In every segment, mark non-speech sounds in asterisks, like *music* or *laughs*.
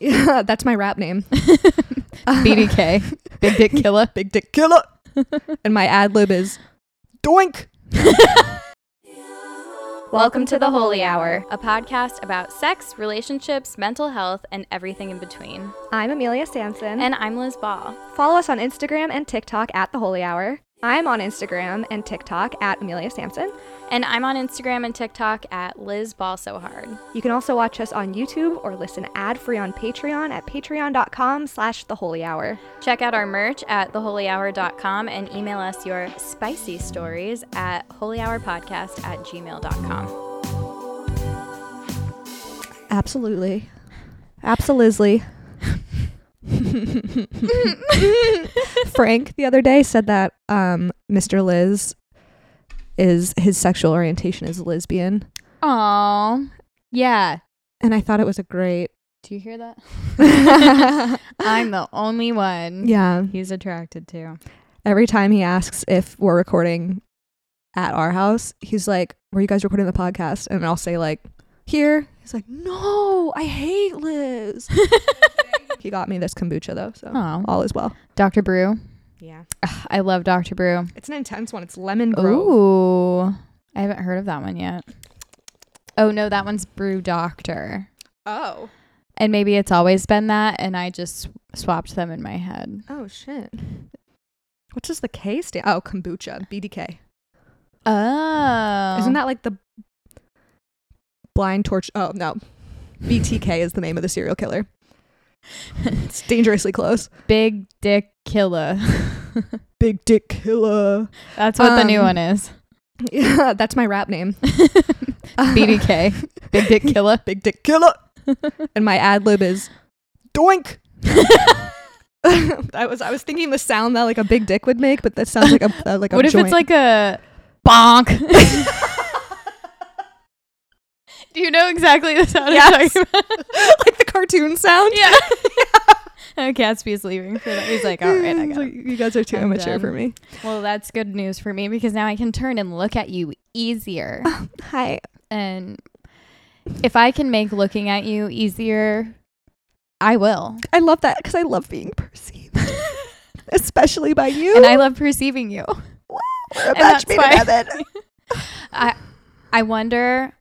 Yeah, *laughs* that's my rap name. *laughs* BDK, Big Dick Killer. Big Dick Killer. and my ad lib is Doink. Welcome to the Holy Hour, a podcast about sex, relationships, mental health, and everything in between. I'm Amelia Sanson. And I'm Liz Ball. follow us on Instagram and TikTok at The Holy Hour. I'm on Instagram and TikTok at Amelia Sampson. And I'm on Instagram and TikTok at Liz Ball So Hard. You can also watch us on YouTube or listen ad-free on Patreon at patreon.com slash The Holy Hour. Check out our merch at theholyhour.com and email us your spicy stories at holyhourpodcast at gmail.com. Absolutely. Absolutely. *laughs* Frank the other day said that um, Mr. Liz is his sexual orientation is lesbian. Aww. Yeah. And I thought it was a great. Do you hear that? I'm *laughs* I'm the only one. Yeah. He's attracted *laughs* to. Every time he asks if we're recording at our house, he's like, Were you guys recording the podcast? And I'll say, like, here. He's like, No, I hate Liz. he got me this kombucha though, so Oh. all is well. Dr. Brew. Yeah. Ugh, I love Dr. Brew. It's an intense one. It's lemon grove. Ooh. I haven't heard of that one yet. Oh, no, that one's Brew Doctor. Oh. And maybe it's always been that, and I just swapped them in my head. Oh shit. What does the K stand? Oh, kombucha, BDK. Oh. Isn't that like the blind torch? Oh no, BTK is the name of the serial killer. It's dangerously close. Oh. *laughs* Big Dick Killer? *laughs* Big Dick Killer. That's what the new Um, one is. *laughs* Yeah, *laughs* that's my rap name. BDK, Big Dick Killer. *laughs* Big Dick Killer. *laughs* and my ad lib is Doink. I was I was thinking the sound that like a big dick would make, but that sounds like a uh, like a what if joint. it's like a *laughs* bonk? Do you know exactly the sound I'm Yes. talking about? *laughs* like the cartoon sound? *laughs* *laughs* yeah. Oh, Gatsby's leaving. For that. He's like, all right, I He's got like, it. you guys are too I'm immature done. for me. Well, that's good news for me because now I can turn and look at you easier. *laughs* Hi. and if I can make looking at you easier, I will. I love that because I love being *laughs* perceived, especially by you. And I love perceiving you. We're a and match that's made in why- heaven. *laughs* I I wonder.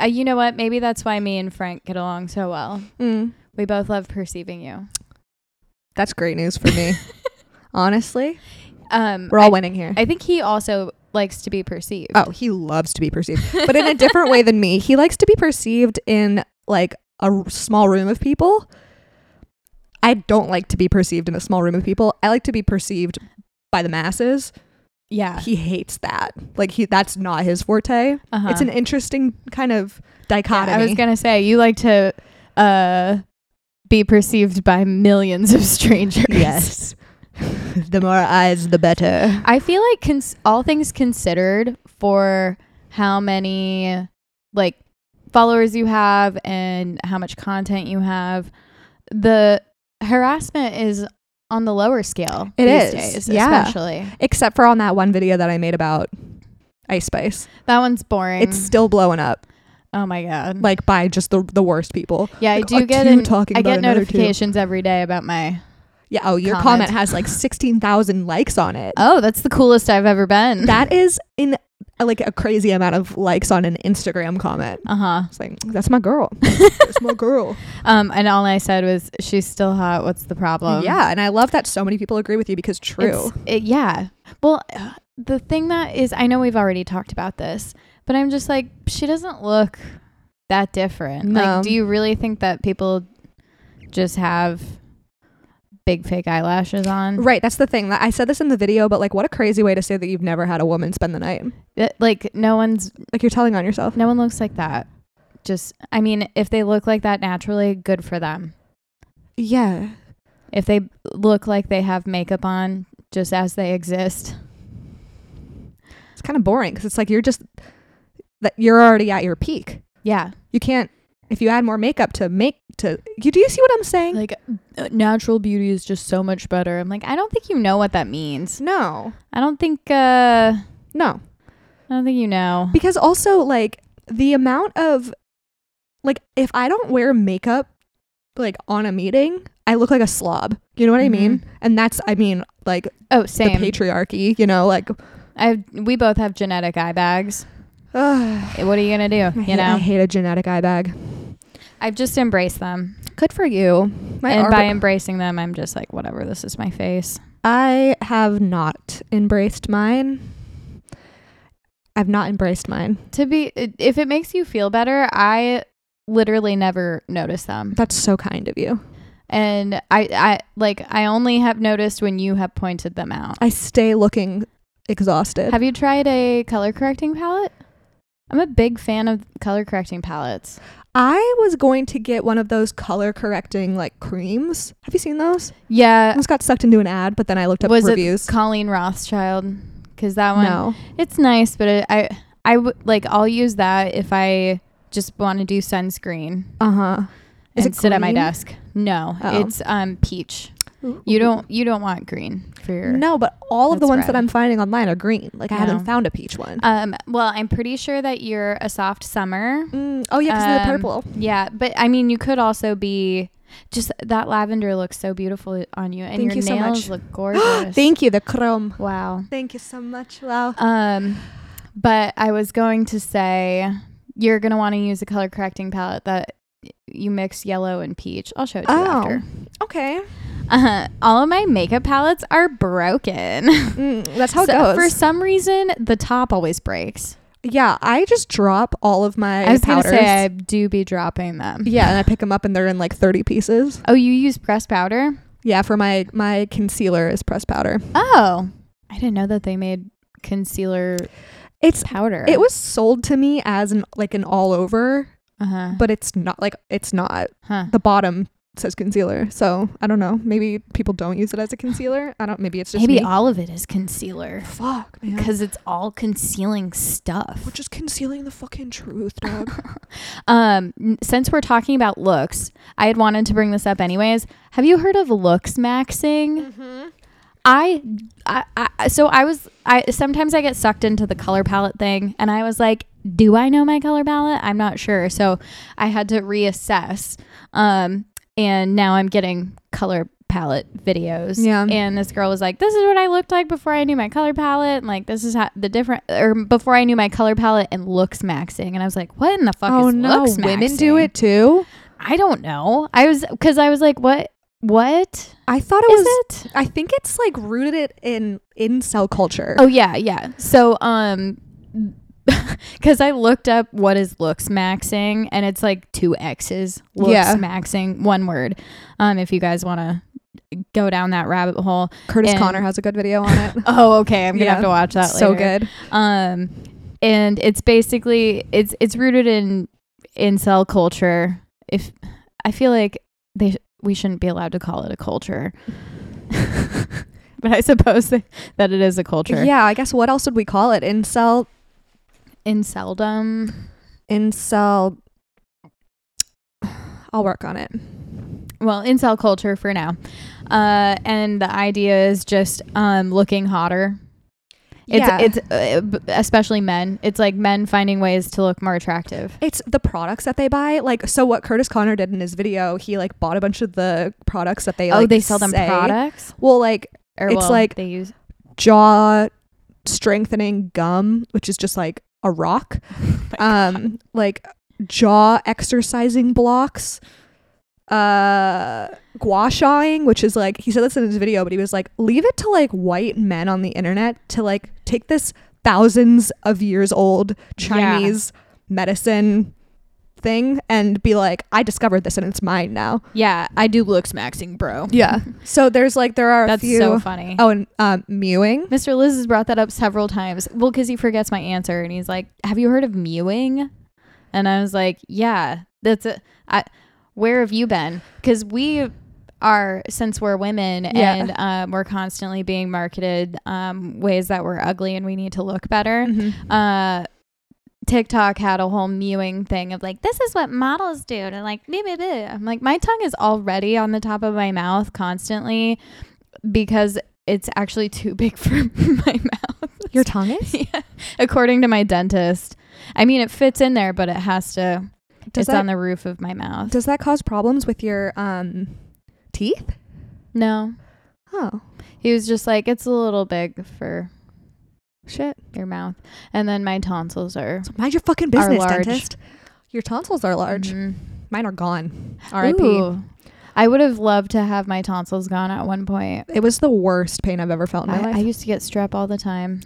Uh, you know what? Maybe that's why me and Frank get along so well. Mm, We both love perceiving you. that's great news for me. Honestly, *laughs* Um, we're all I, winning here. I think he also likes to be perceived. oh, he loves to be perceived, but in a different way than me. *laughs* He likes to be perceived in like a r- small room of people. I don't like to be perceived in a small room of people. I like to be perceived by the masses. yeah. He hates that. Like he that's not his forte. Uh-huh. It's an interesting kind of dichotomy. I was gonna say you like to uh, be perceived by millions of strangers. Yes. *laughs* the more eyes, the better. I feel like cons- all things considered, for how many like followers you have and how much content you have, the harassment is on the lower scale. It these is, days, yeah. especially Except for on that one video that I made about Ice Spice. that one's boring. It's still blowing up, oh my god. like by just the the worst people. yeah, I like, do a get two an, talking I about get another two. notifications every day about my. Yeah. Oh, your Comment. comment, has like sixteen thousand likes on it. Oh, that's the coolest I've ever been. That is in uh, like a crazy amount of likes on an Instagram comment. *laughs* Uh huh. It's like that's my girl. that's my girl. *laughs* Um, and all I said was, "She's still hot. What's the problem?" yeah, and I love that so many people agree with you because true. It's- it- yeah. Well, uh, the thing that is, I know we've already talked about this, but I'm just like, she doesn't look that different. No. Like, do you really think that people just have big fake eyelashes on? Mm. Right, that's the thing. That- I said this in the video, but like what a crazy way to say that you've never had a woman spend the night. That- Uh, Like, no one's, Like you're telling on yourself. no one looks like that. Just, I mean, if they look like that naturally, good for them. Yeah. If they look like they have makeup on, just as they exist. It's kind of boring cuz it's like you're just that you're already at your peak. Yeah. You can't if you add more makeup to make to you do you see what I'm saying? Like, uh, natural beauty is just so much better. I'm like, I don't think you know what that means. no. I don't think uh I No. don't think you know. Because also, like, the amount of, like, if I don't wear makeup, like, on a meeting, I look like a slob. You know what I mean? Mhm. And that's, I mean, like, Oh, same. the patriarchy, you know, like, *sighs* I we both have genetic eye bags. ugh. What are you going to I, *laughs* do? hate, You I know. hate a genetic eye bag. I've just embraced them. Good for you. My and arm- by embracing them, I'm just like whatever, this is my face. I have not embraced mine. I've not embraced mine. To be if it makes you feel better, I literally never notice them. That's so kind of you. And I I like I only have noticed when you have pointed them out. I stay looking exhausted. Have you tried a color correcting palette? I'm a big fan of color correcting palettes. I was going to get one of those color correcting like creams. Have you seen those? I Yeah, almost got sucked into an ad, but then I looked up was reviews. it Colleen Rothschild? Because that one, no. it's nice, but it, I, I w- like I'll use that if I just want to do sunscreen Uh huh. Is and it sit at my green? desk. No, Oh. it's um peach. You don't you don't want green for your No, but all of the That's ones red. that I'm finding online are green. Like I No. haven't found a peach one. Um, well, I'm pretty sure that you're a soft summer. Mm, oh yeah, because of Um, the purple. Yeah, but I mean, you could also be just that lavender looks so beautiful on you, and Thank your you so much. *gasps* nails look gorgeous. Thank you, the chrome. wow. Thank you so much. Wow. Um, but I was going to say you're gonna want to use a color correcting palette that you mix yellow and peach. I'll show it to you Oh. after. Okay. Uh, all of my makeup palettes are broken. Mm, that's how So, it For goes. some reason, the top always breaks. yeah, I just drop all of my I was gonna powders. say I do be dropping them. yeah, and I pick them up and they're in like 30 pieces. Oh, you use pressed powder? Yeah, for my my concealer is pressed powder. Oh, I didn't know that they made concealer It's powder. It was sold to me as an like an all over, uh-huh. but it's not like it's not. huh. The bottom says concealer, so I don't know. Maybe people don't use it as a concealer. I don't. Maybe it's just Maybe me. all of it is concealer fuck man. because it's all concealing stuff. We're just concealing the fucking truth, *laughs* dog. Um, n- since we're talking about looks, I had wanted to bring this up anyways. Have you heard of looks maxing? I, I, I, so I was, I sometimes I get sucked into the color palette thing, and I was like, do I know my color palette? I'm not sure. So I had to reassess. Um, and now I'm getting color palette videos. Yeah. And this girl was like, this is what I looked like before I knew my color palette. And like, this is how the different, or before I knew my color palette and looks maxing. And I was like, what in the fuck oh is no, looks maxing? women do it too. I don't know. I was, cause I was like, what, what I thought it is was. it? I think it's like rooted it in incel culture. Oh yeah, yeah. So um *laughs* cuz I looked up what is looks maxing and it's like two x's looks Yeah. maxing one word. Um if you guys want to go down that rabbit hole. Curtis and- Connor has a good video on *laughs* it. Oh okay, I'm going to Yeah. have to watch that so later. good. Um and it's basically it's it's rooted in incel culture. If I feel like they we shouldn't be allowed to call it a culture. *laughs* but I suppose that, that it is a culture. Yeah, I guess what else would we call it? Incel, inceldom. incel. I'll work on it. Well, incel culture for now. Uh, and the idea is just um, looking hotter. It's, yeah. it's uh, b- especially men. It's like men finding ways to look more attractive. It's the products that they buy. Like, so what Curtis Connor did in his video, he like bought a bunch of the products that they like. oh, they sell them say- products. Well, like Or It's well, like- they use jaw strengthening gum, which is just like a *laughs* rock, Oh um, like jaw exercising blocks, uh, gua shaing, which is like, he said this in his video, but he was like, leave it to like white men on the internet to like take this thousands of years old Chinese medicine thing and be like, I discovered this and it's mine now. yeah, I do looks maxing, bro. Yeah. So there's like, there are That's a few. so funny. Oh, and um, mewing. Mr. Liz has brought that up several times. Well, because he forgets my answer, and he's like, "Have you heard of mewing?" And I was like, "Yeah, that's a. I, where have you been? Because we are since we're women Yeah. and um, we're constantly being marketed um, ways that we're ugly and we need to look better. Mm-hmm. Uh, TikTok had a whole mewing thing of like, this is what models do. And I'm like, blah, blah, blah. I'm like, my tongue is already on the top of my mouth constantly because it's actually too *laughs* big for my mouth. Your tongue is? yeah. According to my dentist. I mean, it fits in there, but it has to, Does it's that, on the roof of my mouth. does that cause problems with your um teeth? no. Oh, He was just like, it's a little big for shit. your mouth. And then my tonsils are. So mind your fucking business, large. dentist. Your tonsils are large. Mhm. Mine are gone. RIP. Ooh. I would have loved to have my tonsils gone at one point. It was the worst pain I've ever felt in my I, I life. used to get strep all the time.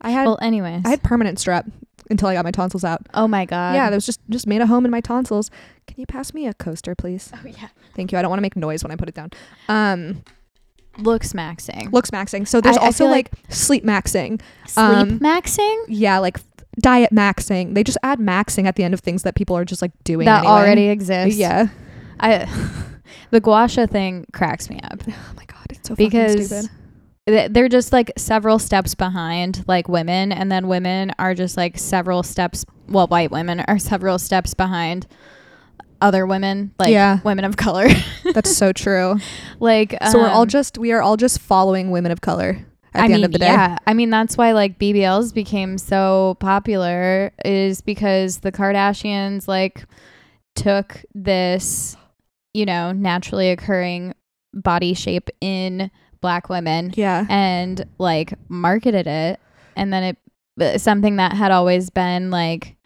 I, had well, anyways. I had permanent strep until I got my tonsils out. oh my god. yeah, that was just just made a home in my tonsils. Can you pass me a coaster, please? oh yeah. Thank you. I don't want to make noise when I put it down. Um, Looks maxing. looks maxing. So there's I- I also feel like, sleep maxing. Sleep um, maxing Yeah, like diet maxing. They just add maxing at the end of things that people are just like doing that anyway. already exists. Yeah. I *laughs* the guasha thing cracks me up Oh my god, it's so fucking because stupid. th- they're just like several steps behind like women and then women are just like several steps well white women are *laughs* several steps behind other women like Yeah. women of color *laughs* *laughs* That's so true. like so we're all um, just we are all just following women of color at I the mean, end of the day. Yeah, I mean that's why like BBLs became so popular is because the Kardashians like took this, you know, naturally occurring body shape in black women Yeah. and like marketed it and then it but something that had always been like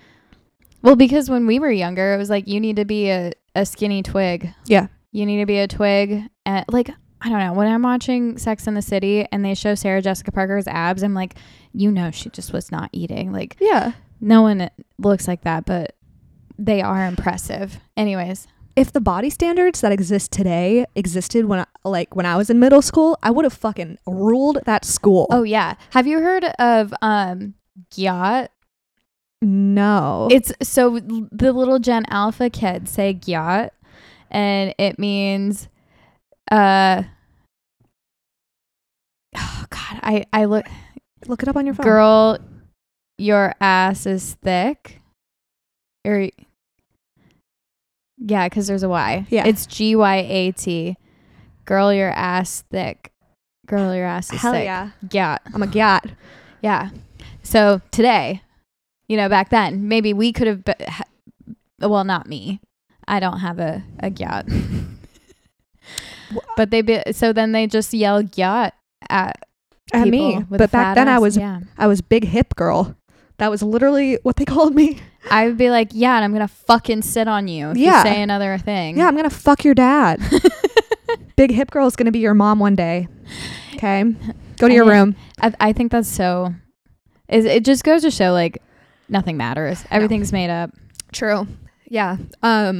well because when we were younger it was like you need to be a, a skinny twig Yeah. you need to be a twig and like i don't know when i'm watching sex in the city and they show sarah jessica parker's abs i'm like you know she just was not eating like Yeah. no one looks like that but they are impressive anyways If the body standards that exist today existed when I, like when I was in middle school, I would have fucking ruled that school. oh yeah have you heard of um gyat no. It's so l- the little Gen Alpha kids say gyat, and it means, uh, oh God, I I look Look it up on your phone. girl, your ass is thick, or yeah, because there's a Y. Yeah. it's G Y A T. Girl, your ass thick. Girl, your ass is Hell thick. yeah. Gyat. I'm a gat. Yeah. So today, you know, back then, maybe we could have, be- ha- well, not me. I don't have a, a yacht. but they, be- so then they just yell yacht at, At people me. with But a back fat then I ass. was yeah. I was big hip girl. That was literally what they *laughs* called me. I would be like, yeah, and I'm going to fucking sit on you if Yeah. you say another thing. Yeah, I'm gonna fuck your dad. Big hip girl is gonna be your mom one day. Okay, go to I your mean, room. *laughs* I, I think that's so, it, it just goes to show like nothing matters. Everything's made up. True. Yeah. Um,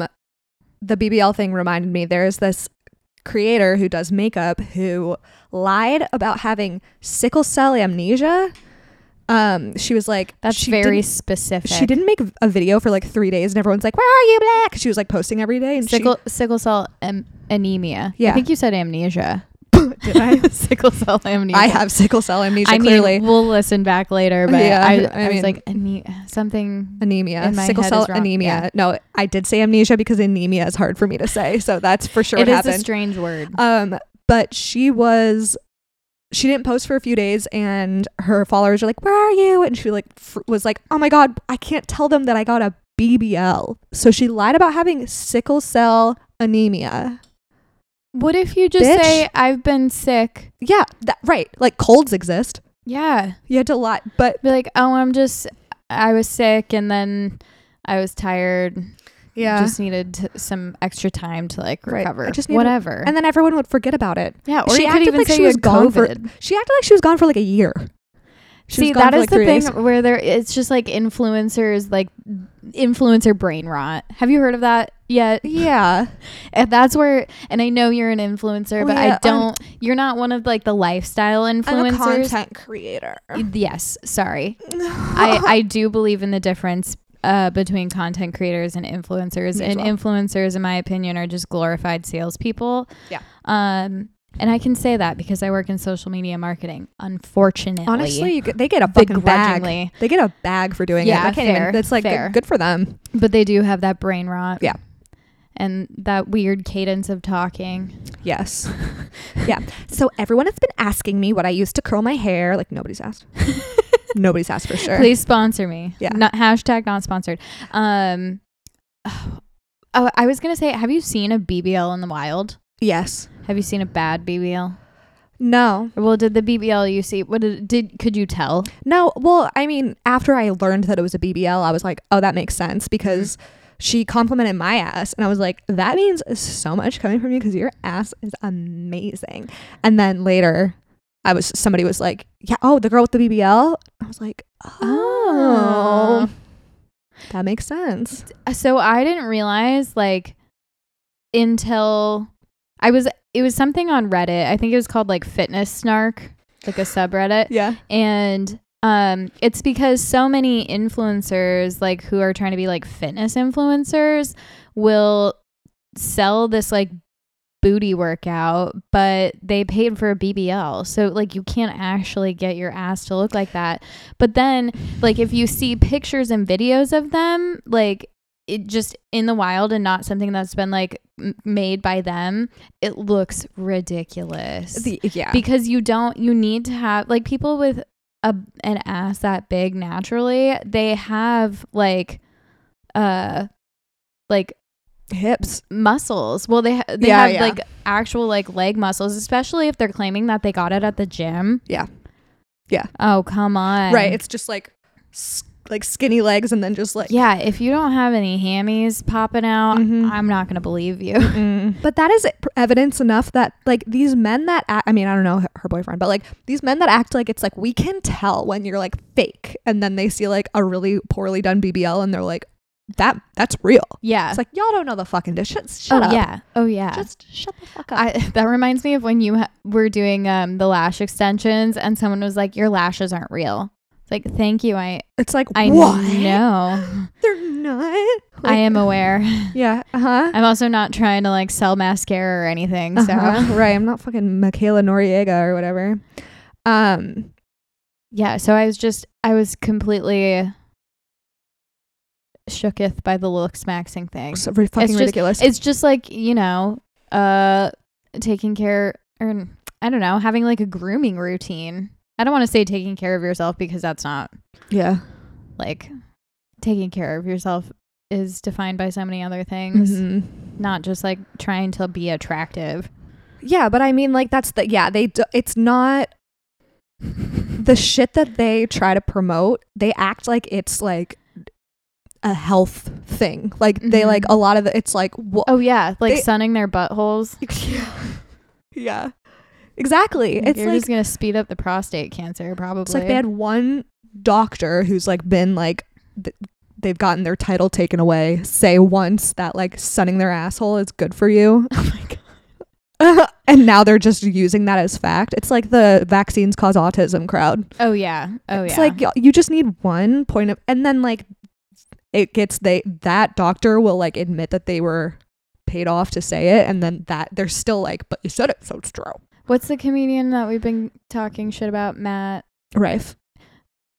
the BBL thing reminded me. There is this creator who does makeup who lied about having sickle cell amnesia. Um, she was like, That's she very didn't- specific. She didn't make a video for like three days, and everyone's like, "Where are you, Black?" 'Cause She was like posting every day. And she- sickle sickle cell am- anemia. Yeah. I think you said *laughs* amnesia. *laughs* did I? sickle cell amnesia. I have sickle cell amnesia. I mean, clearly, we'll listen back later, but Yeah, I I, I, was mean- like ane- something. anemia In my sickle head cell is wrong. anemia Yeah. no i did say amnesia because anemia is hard for me to say so that's for sure It what is happened a strange word. um but she was she didn't post for a few days and her followers are like where are you and she like fr- was like oh my god i can't tell them that i got a bbl so she lied about having sickle cell anemia what if you just bitch. say I've been sick? yeah that right like colds exist Yeah. You had to lie, but Be like, oh, I'm just, I was sick and then I was tired. yeah. Just needed t- some extra time to like Right. recover. I just needed- Whatever. and then everyone would forget about it. yeah. she acted like she you was had gone for- COVID. She acted like she was gone for like a year. She See, was gone that for is like the three thing days. where there it's just like influencers, like influencer brain rot. Have you heard of that yet? Yeah. And that's where, and I know you're an influencer, Oh, but yeah, I I'm- don't. you're not one of like the lifestyle influencers. creator. Yes, sorry. *laughs* I I do believe in the difference uh, between content creators and Me as influencers, and well. influencers, in my opinion, are just glorified salespeople. Yeah. Um, and I can say that because I work in social media marketing. Unfortunately, Honestly, you get, they get a fucking bag. begrudgingly. They get a bag for doing Yeah, it. I can't fair, even. That's like fair. good, good for them. But they do have that brain rot. Yeah. And that weird cadence of talking. *laughs* Yes. yeah. So everyone has been asking me what I used to curl my hair. Like nobody's *laughs* asked. nobody's asked for sure. Please sponsor me. Er. Yeah. Not hashtag not sponsored. Um oh, I was gonna say, have you seen a BBL in the wild? Yes. Have you seen a bad BBL? No. Well, did the BBL you see what did, did could you tell? No. Well, I mean, after I learned that it was a BBL, I was like, oh, that makes sense because she complimented my ass. And I was like, that means so much coming from you because your ass is amazing. And then later, I was, somebody was like, yeah, oh, the girl with the BBL. I was like, oh, that makes sense. So I didn't realize like until I was it was something on Reddit. I think it was called like fitness snark, like a subreddit. Yeah. and um it's because so many influencers like who are trying to be like fitness influencers will sell this like booty workout but they paid for a BBL so like you can't actually get your ass to look like that but then like if you see pictures and videos of them like it just in the wild and not something that's been like m- made by them it looks ridiculous The, yeah. because you don't you need to have like people with a an ass that big naturally they have like uh like Hips. muscles well they ha- they Yeah, have yeah. like actual like leg muscles especially if they're claiming that they got it at the gym Yeah. Yeah. oh come on Right. It's just like, s- like skinny legs and then just like, yeah if you don't have any hammies popping out Mhm. i'm not gonna believe you *laughs* But that is pr- evidence enough that like these men that act, I mean I don't know her- her boyfriend, but like these men that act like it's like we can tell when you're like fake, and then they see like a really poorly done BBL and they're like that that's real. yeah It's like y'all don't know the fucking dish. Shut, shut oh up. yeah oh yeah Just shut the fuck up. I, *laughs* that reminds me of when you ha- were doing um, the lash extensions and someone was like, your lashes aren't real. It's like, thank you. I, it's like I what? know. *laughs* They're not. I am *laughs* aware. *laughs* Yeah. Uh huh. I'm also not trying to like sell mascara or anything. So *laughs* Uh-huh. right. I'm not fucking Michaela Noriega or whatever. Um. yeah. So I was just, I was completely shooketh by the looks maxing thing. So ri- fucking just- ridiculous. It's just like, you know, uh, taking care or I don't know, having like a grooming routine. I don't want to say taking care of yourself because that's not yeah. like taking care of yourself is defined by so many other things Mhm. not just like trying to be attractive Yeah, but I mean, like that's the yeah. They do, it's not the shit that they try to promote. They act like it's like a health thing. Like they Mhm. like a lot of the, it's like wha- *laughs* oh *laughs* yeah like They- sunning their buttholes yeah. yeah, exactly. Like, It's you're like just gonna speed up the prostate cancer probably it's like they had one doctor who's like been like. Th- They've gotten their title taken away. Say once that like sunning their asshole is good for you. *laughs* oh my god and now they're just using that as fact. It's like the vaccines cause autism crowd. oh yeah oh it's yeah like y- you just need one point of and then like it gets they that doctor will like admit that they were paid off to say it and then that they're still like but you said it so it's true what's the comedian that we've been talking shit about matt rife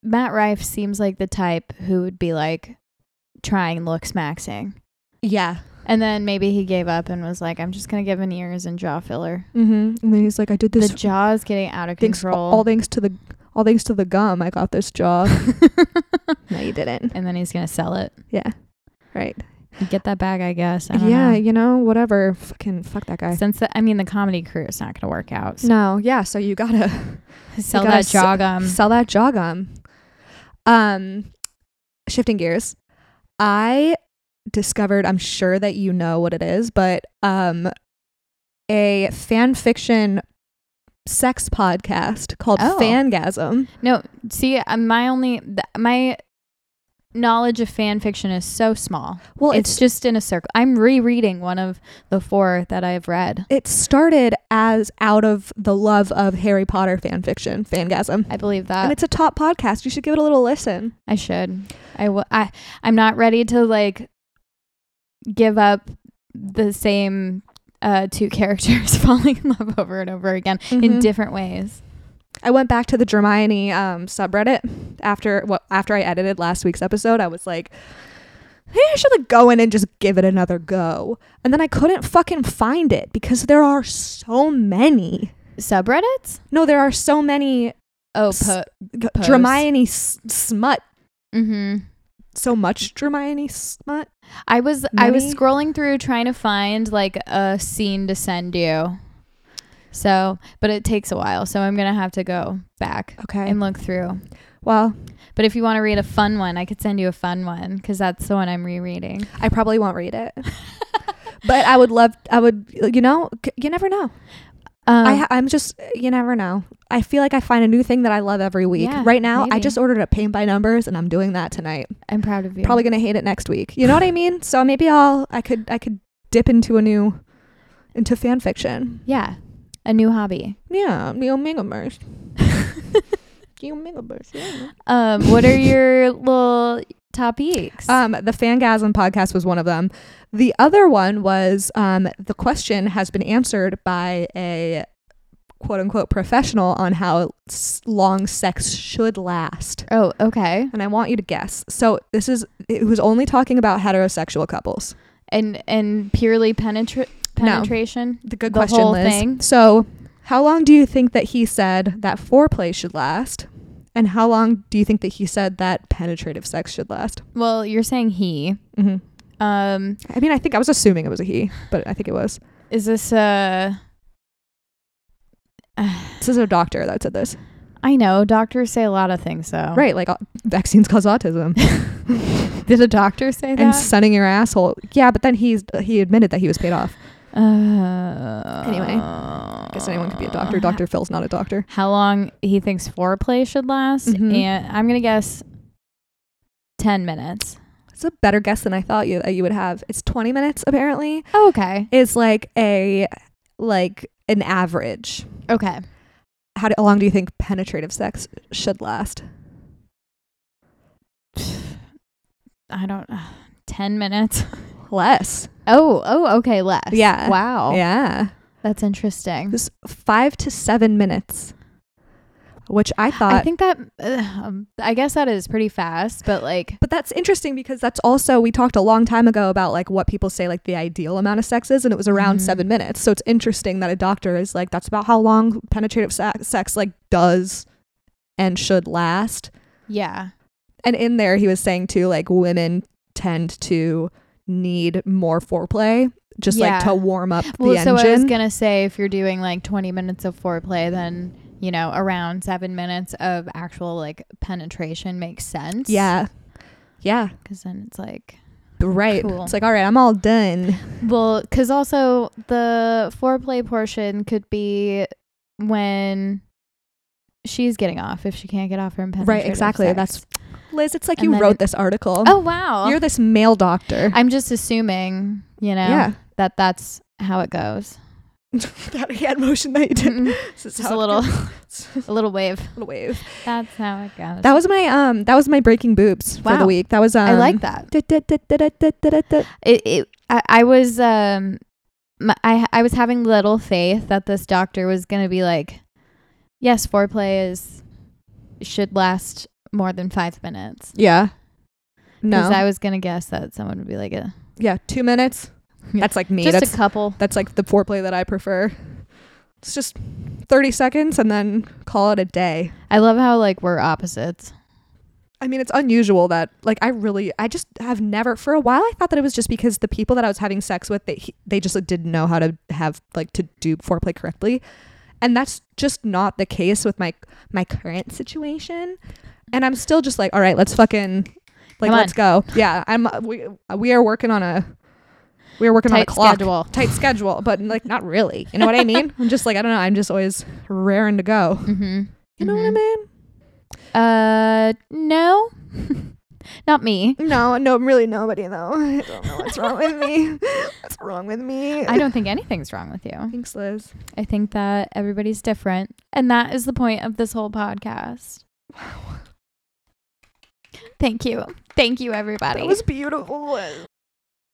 matt rife seems like the type who would be like trying looks maxing yeah and then maybe he gave up and was like i'm just gonna give an ears and jaw filler mm-hmm. and then he's like i did the this jaw is getting out of thanks control all thanks to the all thanks to the gum i *laughs* got this job *laughs* no you didn't and then he's gonna sell it. yeah right Get that bag, I guess. I don't yeah, know. you know, whatever. Fucking fuck that guy. Since the, I mean, the comedy crew is not going to work out. So No, yeah. So you gotta sell gotta that s- jog. *laughs* Um, sell that jog on. Um, shifting gears, I discovered. I'm sure that you know what it is, but um, a fan fiction sex podcast called Oh. Fangasm. no, see, uh, my only th- my knowledge of fan fiction is so small. Well, it's, just in a circle. I'm rereading one of the four that I've read. it started as out of the love of Harry Potter fan fiction, Fangasm. I believe and that it's a top podcast. You should give it a little listen. I should. I will. I I'm not ready to like give up the same uh two *laughs* characters falling in love over and over again in Mhm. different ways. I went back to the Germione um, subreddit after well, after I edited last week's episode. I was like, hey, I should like go in and just give it another go. And then I couldn't fucking find it because there are so many. Subreddits? No, there are so many Oh, S- po- g- Posts. Germione s- smut. mm-hmm. So much Germione smut. I was I was Many- scrolling through trying to find like a scene to send you. So, but it takes a while, so I'm gonna have to go back Okay. and look through. well, But if you want to read a fun one, I could send you a fun one because that's the one I'm rereading. I probably won't read it, but I would love. I would. You know, c- you never know. Um, I, I'm just, you never know. I feel like I find a new thing that I love every week. Yeah, right now, I maybe. just ordered a paint by numbers, and I'm doing that tonight. I'm proud of you. Probably gonna hate it next week. You know what I mean? So maybe I'll, I could, I could dip into a new, into fan fiction. yeah, a new hobby. *laughs* Yeah, Neil Mingamers. Neil Mingamers. Yeah. Um, what are your little topics? Um, the Fangasm podcast was one of them. The other one was um, the question has been answered by a quote unquote professional on how s- long sex should last. oh, okay. and I want you to guess. So this is it was only talking about heterosexual couples. And and purely penetra- penetration. The good The question, whole Liz. thing? So how long do you think that he said that foreplay should last? And how long do you think that he said that penetrative sex should last? Well, you're saying he. hmm Um, I mean, I think I was assuming it was a he, but I think it was. is this uh This is a doctor that said this, I know doctors say a lot of things though. right? Like uh, vaccines cause *laughs* autism, *laughs* Did a doctor say and that? sunning your asshole. Yeah, but then he's uh, he admitted that he was paid off. uh, Anyway, guess anyone could be a doctor. Doctor Phil's not a doctor. How long he thinks foreplay should last? Mhm. And I'm gonna guess ten minutes. It's a better guess than I thought you that you would have. It's 20 minutes apparently. okay. is like a like an average. Okay. How, do, how long do you think penetrative sex should last? *sighs* I don't. *sighs* ten *laughs* minutes. Less. Oh. Oh. Oh. Okay. Less. Yeah. Wow. Yeah. That's interesting. Just five to seven minutes, which I thought. I think that. *sighs* Uh, um, I guess that is pretty fast, but like. but that's interesting because that's also we talked a long time ago about like what people say like the ideal amount of sex is and it was around Mhm. 7 minutes. So it's interesting that a doctor is like that's about how long penetrative sex, sex like does and should last. Yeah. and in there he was saying too like women tend to need more foreplay just Yeah. like to warm up Well, the so I was engine gonna say if you're doing like 20 minutes of foreplay, then you know around seven minutes of actual like penetration makes sense. yeah yeah because then it's like right Cool. it's like all right i'm all done well, because also the foreplay portion could be when she's getting off if she can't get off her penetrative right exactly sex. that's liz it's like And you then- wrote this article oh wow. you're this male doctor I'm just assuming you know yeah that that's how *laughs* it goes. *laughs* that hand motion that you did Mm-mm. This is just how a it *laughs* little, goes. a little wave. Little wave That's how it goes. that was my um that was my breaking boobs for Wow. the week that was um I like that. that it, it I, I was um my, I I was having little faith that this doctor was going to be like yes foreplay is should last more than 5 minutes yeah no cuz I was going to guess that someone would be like a yeah two minutes Yeah. that's like me just that's a couple That's like the foreplay that I prefer. It's just 30 seconds and then call it a day. I love how like we're opposites I mean, it's unusual that like I really I just have never for a while I thought that it was just because the people that I was having sex with they he- they just like, didn't know how to have like to do foreplay correctly. And that's just not the case with my my current situation. And I'm still just like, all right, let's fucking like Come on. let's go. Yeah, I'm uh, we we are working on a we are working on a Tight clock, schedule. tight schedule, but like not really. You know what I mean? I'm just like I don't know, I'm just always raring to go. Mm-hmm. You know what I mean? Uh, no, *laughs* *laughs* not me. No, no, really nobody though. *laughs* I don't know what's wrong with me. What's wrong with me? I don't think anything's wrong with you. Thanks, Liz. I think that everybody's different, and that is the point of this *laughs* whole podcast. Thank you, thank you, everybody. That was beautiful, Liz.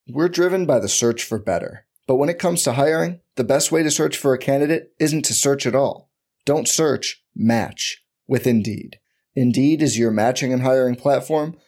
We're driven by the search for better. But when it comes to hiring, the best way to search for a candidate isn't to search at all. Don't search, match with Indeed. Indeed is your matching and hiring platform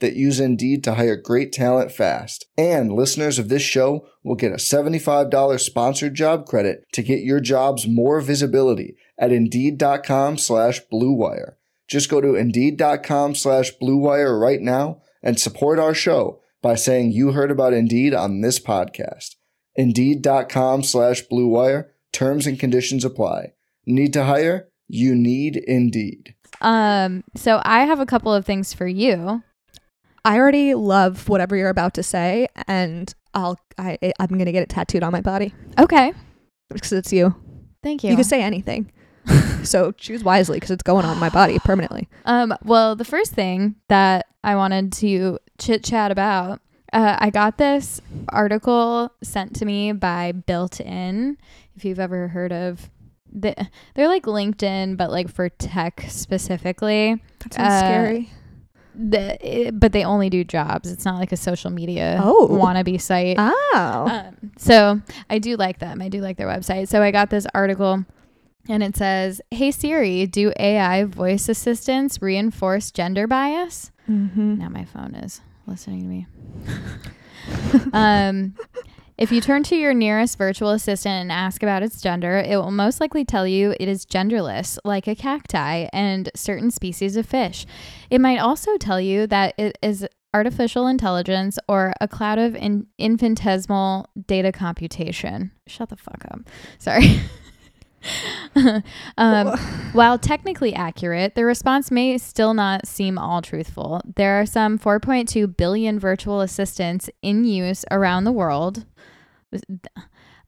that use Indeed to hire great talent fast. And listeners of this show will get a $75 sponsored job credit to get your jobs more visibility at Indeed.com slash BlueWire. Just go to Indeed.com slash BlueWire right now and support our show by saying you heard about Indeed on this podcast. Indeed.com slash BlueWire. Terms and conditions apply. Need to hire? You need Indeed. um, so I have a couple of things for you. I already love whatever you're about to say, and I'll I I- I'm gonna get it tattooed on my body Okay, because it's you. thank you. You can say *laughs* anything, so choose wisely because it's going on my *sighs* body permanently. Um, well, the first thing that I wanted to chit chat about, uh, I got this article sent to me by Built In. If you've ever heard of, the, they're like LinkedIn, but like for tech specifically. That sounds scary. The, it- but they only do jobs. It's not like a social media Oh. wannabe site. Oh, Um, so I do like them. I do like their website. So I got this article and it says, Hey Siri, do AI voice assistants reinforce gender bias? mm-hmm. Now my phone is listening to me. *laughs* um, if you turn to your nearest virtual assistant and ask about its gender, it will most likely tell you it is genderless, like a cacti and certain species of fish. It might also tell you that it is artificial intelligence or a cloud of in- infinitesimal data computation. Shut the fuck up. Sorry. *laughs* um, while technically accurate, the response may still not seem all truthful. There are some 4.2 billion virtual assistants in use around the world.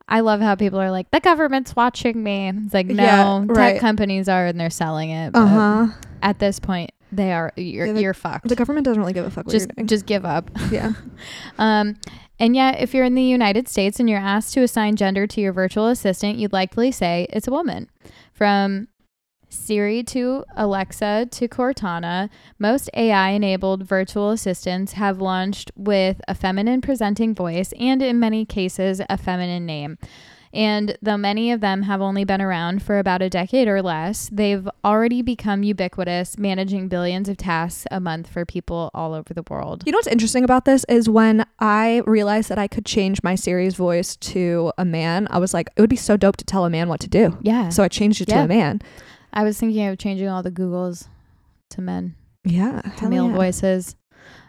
I love how people are like, the government's watching me. It's like, no, Yeah, right. tech companies are and they're selling it. but Uh huh. At this point, they are, you're, Yeah, the- you're fucked. The government doesn't really give a fuck what just, you're doing. just give up. *laughs* yeah. Um, and yet, if you're in the United States and you're asked to assign gender to your virtual assistant, you'd likely say it's a woman. From Siri to Alexa to Cortana, most AI enabled virtual assistants have launched with a feminine presenting voice and, in many cases, a feminine name. And though many of them have only been around for about a decade or less, they've already become ubiquitous, managing billions of tasks a month for people all over the world. You know what's interesting about this is when I realized that I could change my Siri's voice to a man, I was like, it would be so dope to tell a man what to do. Yeah. So I changed it to Yeah. a man. I was thinking of changing all the Googles to men, Yeah. to hell male yeah. voices.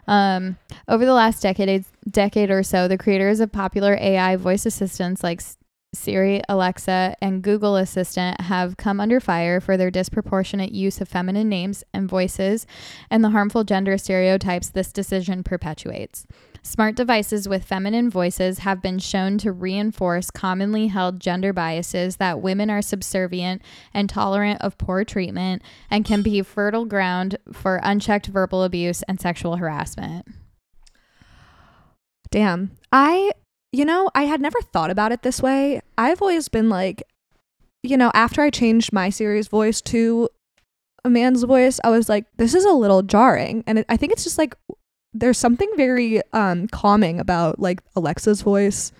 Um, over the last decade, decade or so, the creators of popular AI voice assistants like S- Siri, Alexa, and Google Assistant have come under fire for their disproportionate use of feminine names and voices and the harmful gender stereotypes this decision perpetuates. Smart devices with feminine voices have been shown to reinforce commonly held gender biases that women are subservient and tolerant of poor treatment and can be fertile ground for unchecked verbal abuse and sexual harassment. Damn. I, you know, I had never thought about it this way. I've always been like, you know, after I changed my Siri's voice to a man's voice, I was like, this is a little jarring. And it, I think it's just like, there's something very um, calming about like Alexa's voice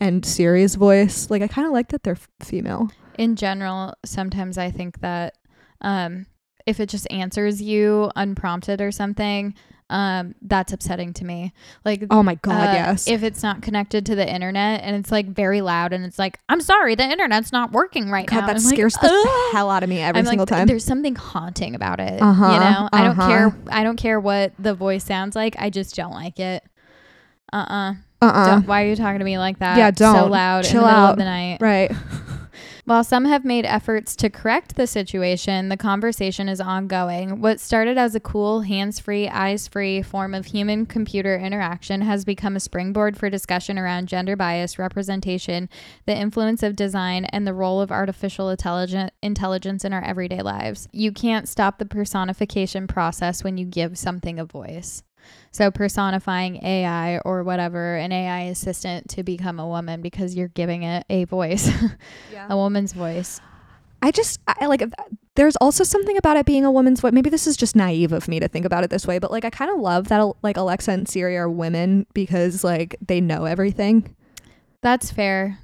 and Siri's voice. Like I kind of like that they're f- female. in general, sometimes I think that um, if it just answers you unprompted or something, um, that's upsetting to me. Like, Oh my god, uh, yes. If it's not connected to the internet and it's like very loud and it's like, I'm sorry, the internet's not working right god, now. that I'm like, scares the "Ugh." hell out of me every I'm single like, time. There's something haunting about it. Uh-huh, you know, I don't uh-huh. care. I don't care what the voice sounds like. I just don't like it. Uh uh Uh uh Don't, why are you talking to me like that? Yeah, So don't. loud Chill in the middle out. of the night. Right. While some have made efforts to correct the situation, the conversation is ongoing. What started as a cool, hands free, eyes free form of human computer interaction has become a springboard for discussion around gender bias, representation, the influence of design, and the role of artificial intelligence, intelligence in our everyday lives. You can't stop the personification process when you give something a voice. So, personifying AI or whatever, an AI assistant to become a woman because you're giving it a voice. *laughs* a woman's voice. I just I like th- there's also something about it being a woman's voice. Maybe this is just naive of me to think about it this way, but like I kind of love that like Alexa and Siri are women because like they know everything. That's fair.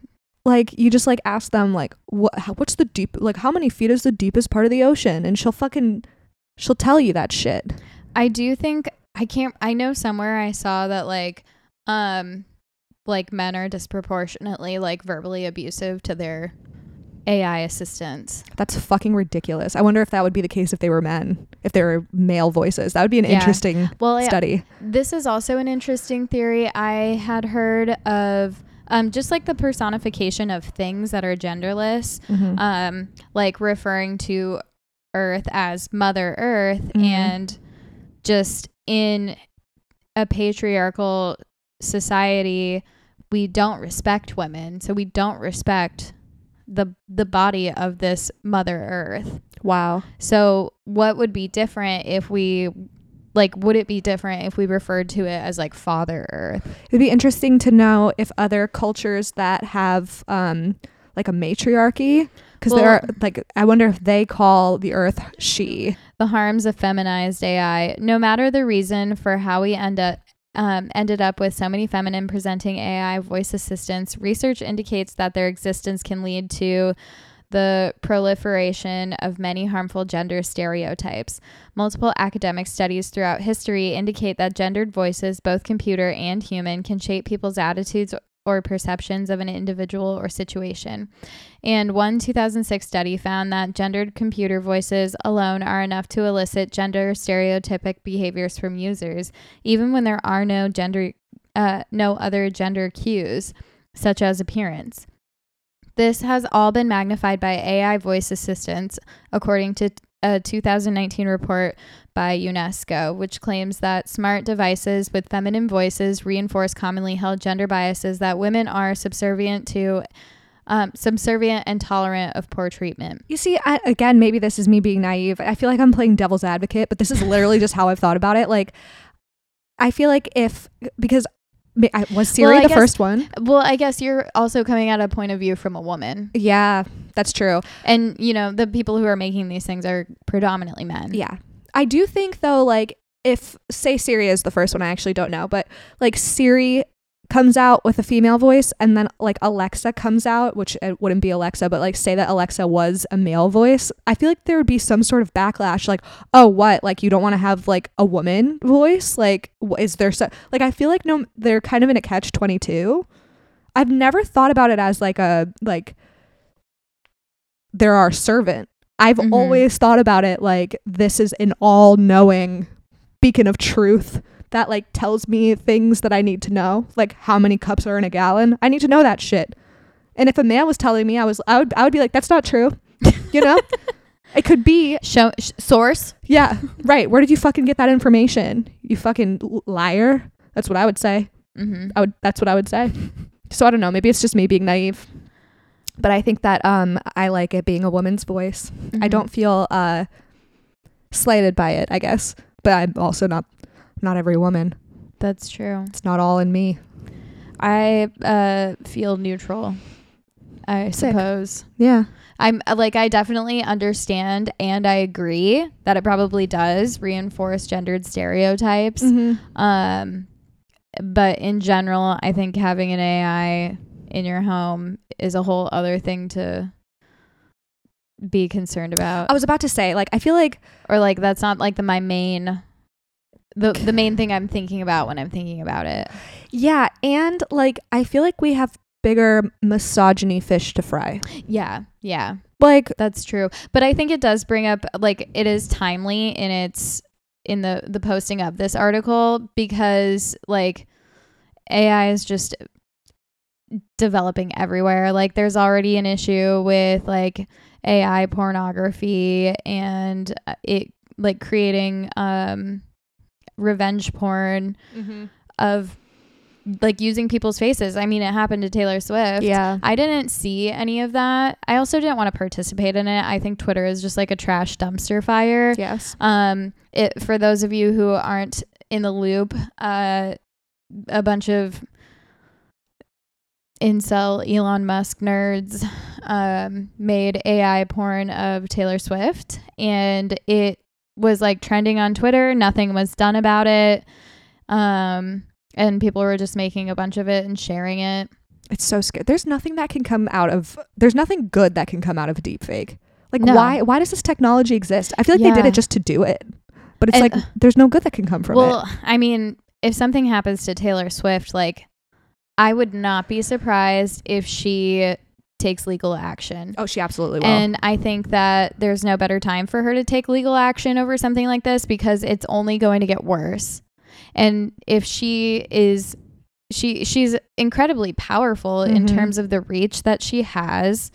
Like you just like ask them like what how, what's the deep like how many feet is the deepest part of the ocean and she'll fucking she'll tell you that shit. I do think I can't I know somewhere I saw that like um like men are disproportionately like verbally abusive to their AI assistants. That's fucking ridiculous. I wonder if that would be the case if they were men, if they were male voices. That would be an Yeah. interesting Well, yeah, study. this is also an interesting theory I had heard of um just like the personification of things that are genderless Mhm. um, like referring to Earth as Mother Earth Mhm. and just in a patriarchal society, we don't respect women, so we don't respect the the body of this Mother Earth. wow. So what would be different if we like would it be different if we referred to it as like Father Earth? It'd be interesting to know if other cultures that have um, like a matriarchy, because there Well- are like I wonder if they call the Earth she. the harms of feminized AI. No matter the reason for how we end up um, ended up with so many feminine presenting AI voice assistants, research indicates that their existence can lead to the proliferation of many harmful gender stereotypes. Multiple academic studies throughout history indicate that gendered voices, both computer and human, can shape people's attitudes or perceptions of an individual or situation. And one 2006 study found that gendered computer voices alone are enough to elicit gender stereotypic behaviors from users, even when there are no gender, uh, no other gender cues, such as appearance. This has all been magnified by AI voice assistants, according to a 2019 report by UNESCO, which claims that smart devices with feminine voices reinforce commonly held gender biases that women are subservient to um, subservient and tolerant of poor treatment. You see, I, again, maybe this is me being naive. I feel like I'm playing devil's advocate, but this is literally just how I've thought about it. Like, I feel like if because ma- I, was Siri I the guess- first one. Well, I guess you're also coming at a point of view from a woman. Yeah, that's true. And, you know, the people who are making these things are predominantly men. Yeah. I do think though, like if say Siri is the first one, I actually don't know, but like Siri comes out with a female voice and then like Alexa comes out, which it wouldn't be Alexa, but like say that Alexa was a male voice, I feel like there would be some sort of backlash like, "Oh, what? Like you don't want to have like a woman voice? Like wh- is there so like I feel like no they're kind of in a catch 22. I've never thought about it as like a like they're our servant. I've Mhm. always thought about it like this is an all knowing beacon of truth that like tells me things that I need to know, like how many cups are in a gallon. I need to know that shit. And if a man was telling me, I was I would I would be like, that's not true. *laughs* You know? it could be, Show, sh- source? yeah, right. Where did you fucking get that information? You fucking l- liar. That's what I would say. Mm-hmm. I would that's what I would say. So I don't know, maybe it's just me being naive. But I think that um I like it being a woman's voice. Mm-hmm. I don't feel uh slighted by it, I guess. But I'm also not not every woman. That's true. It's not all in me. I uh, feel neutral, I Sick. suppose. Yeah. I'm uh, like, I definitely understand and I agree that it probably does reinforce gendered stereotypes. Mm-hmm. Um, but in general, I think having an AI in your home is a whole other thing to be concerned about. I was about to say, like, I feel like or like that's not like the my main the the main thing I'm thinking about when I'm thinking about it. Yeah, and like I feel like we have bigger misogyny fish to fry. Yeah. Yeah. Like That's true. But I think it does bring up like it is timely in its in the the posting of this article because like AI is just developing everywhere. Like there's already an issue with like AI pornography and uh, it like creating um revenge porn Mm-hmm. of like using people's faces. I mean, it happened to Taylor Swift. yeah. I didn't see any of that. I also didn't want to participate in it. I think Twitter is just like a trash dumpster fire. Yes. Um, it for those of you who aren't in the loop, uh, a bunch of incel Elon Musk nerds um, made AI porn of Taylor Swift, and it was like trending on Twitter. Nothing was done about it. Um, and people were just making a bunch of it and sharing it. It's so scary. There's nothing that can come out of there's nothing good that can come out of a deep fake. Like No. why why does this technology exist? I feel like they did Yeah. it just to do it. But it's And- like there's no good that can come from well, it. I mean, if something happens to Taylor Swift, like I would not be surprised if she takes legal action. Oh, she absolutely will. And I think that there's no better time for her to take legal action over something like this because it's only going to get worse. And if she is she she's incredibly powerful in Mhm. terms of the reach that she has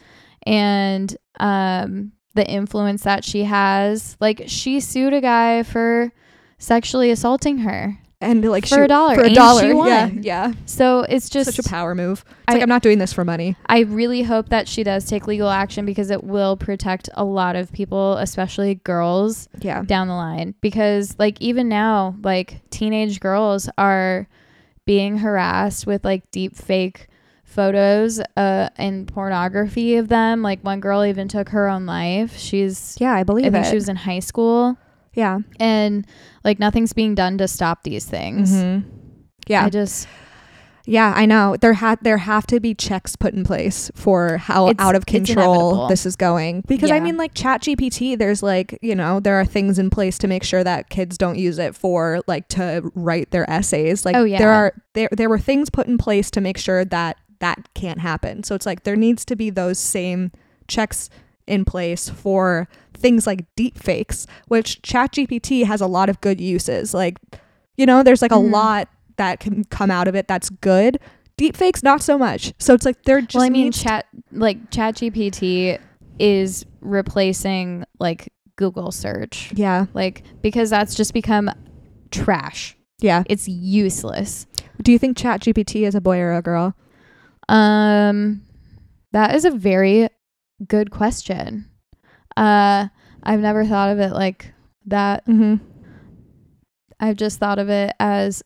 and um the influence that she has. Like she sued a guy for sexually assaulting her. and like for she- a dollar. for a And dollar. she Yeah, won. yeah. So it's just Such a power move. It's I- like I'm not doing this for money. I really hope that she does take legal action because it will protect a lot of people, especially girls Yeah. down the line because like even now like teenage girls are being harassed with like deep fake photos uh and pornography of them like one girl even took her own life she's Yeah, I believe i think it. she was in high school yeah. and like nothing's being done to stop these things Mhm. Yeah. i just Yeah, I know. There ha- there have to be checks put in place for how It's- out of it's control inevitable. this is going. Because I Yeah. mean like ChatGPT, there's like, you know, there are things in place to make sure that kids don't use it for like to write their essays. Like Oh, yeah. there are there there were things put in place to make sure that that can't happen. So it's like there needs to be those same checks in place for things like deep fakes, which ChatGPT has a lot of good uses. Like, you know, there's like a Mhm. lot that can come out of it that's good. Deepfakes, not so much. So it's like they're just. well i mean needs- chat like chat gpt is replacing like google search yeah, like because that's just become trash yeah. it's useless Do you think ChatGPT is a boy or a girl? um that is a very good question uh i've never thought of it like that Mm-hmm. i've just thought of it as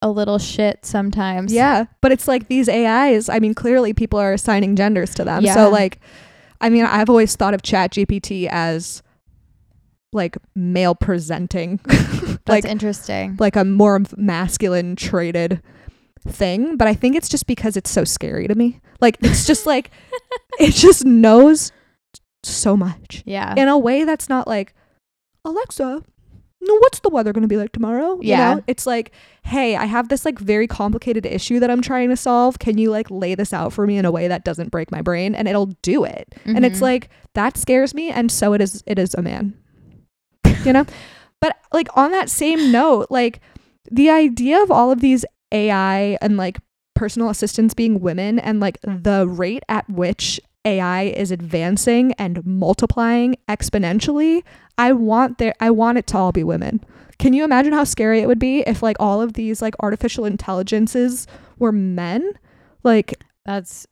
a little shit sometimes Yeah, but it's like these AIs. I mean, clearly people are assigning genders to them. Yeah. So like, I mean, I've always thought of ChatGPT as like male presenting, *laughs* that's like interesting like a more masculine traded thing. But I think it's just because it's so scary to me. Like it's *laughs* just like it just knows so much yeah in a way that's not like alexa no what's the weather going to be like tomorrow You Yeah. know? it's like hey i have this like very complicated issue that i'm trying to solve can you like lay this out for me in a way that doesn't break my brain and it'll do it and it's Mhm. like that scares me and so it is it is a man you know but like on that same note like the idea of all of these ai and like personal assistants being women and like the rate at which ai is advancing and multiplying exponentially i want there i want it to all be women can you imagine how scary it would be if like all of these like artificial intelligences were men like that's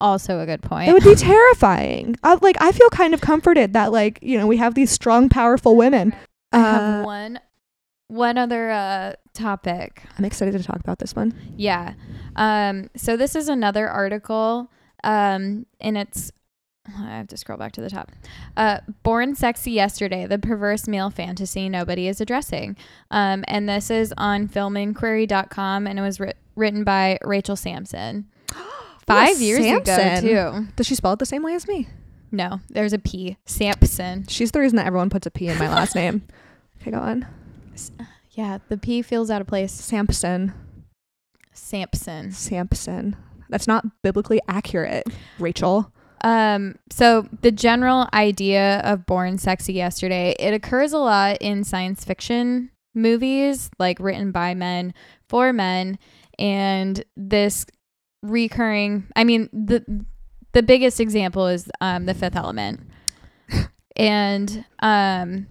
also a good point it would *laughs* be terrifying. I, like I feel kind of comforted that like you know we have these strong, powerful women. I have Uh, one one other uh topic. I'm excited to talk about this one. Yeah. Um so this is another article um and it's I have to scroll back to the top. Uh Born Sexy Yesterday, the perverse male fantasy nobody is addressing. Um and this *gasps* is on filminquiry.com and it was writ- written by Rachel Sampson. Five years Samson. ago, too. Does she spell it the same way as me? No, there's a P. Sampson. She's the reason that everyone puts a P in my last name. *laughs* Okay, go on. Yeah, the P feels out of place. Sampson. Sampson. Sampson. That's not biblically accurate, Rachel. Um, so the general idea of born sexy yesterday, it occurs a lot in science fiction movies, like written by men for men, and this recurring I mean, the the biggest example is um the fifth element. and um